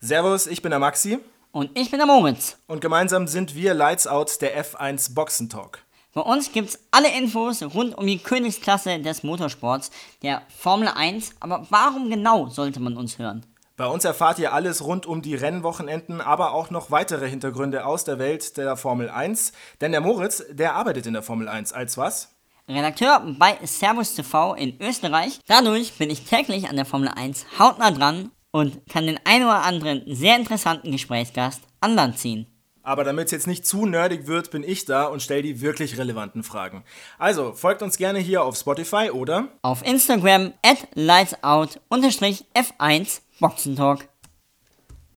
Servus, ich bin der Maxi Und ich bin der Moritz. und gemeinsam sind wir Lights Out der F1 Boxen Talk. Bei uns gibt's alle Infos rund um die Königsklasse des Motorsports, der Formel 1. Aber warum genau sollte man uns hören? Bei uns erfahrt ihr alles rund um die Rennwochenenden, aber auch noch weitere Hintergründe aus der Welt der Formel 1. Denn der Moritz, der arbeitet in der Formel 1 als was? Redakteur bei Servus TV in Österreich. Dadurch bin ich täglich an der Formel 1 hautnah dran und kann den ein oder anderen sehr interessanten Gesprächsgast an Land ziehen. Aber damit es jetzt nicht zu nerdig wird, bin ich da und stelle die wirklich relevanten Fragen. Also folgt uns gerne hier auf Spotify oder Auf Instagram at lightsout-f1boxentalk.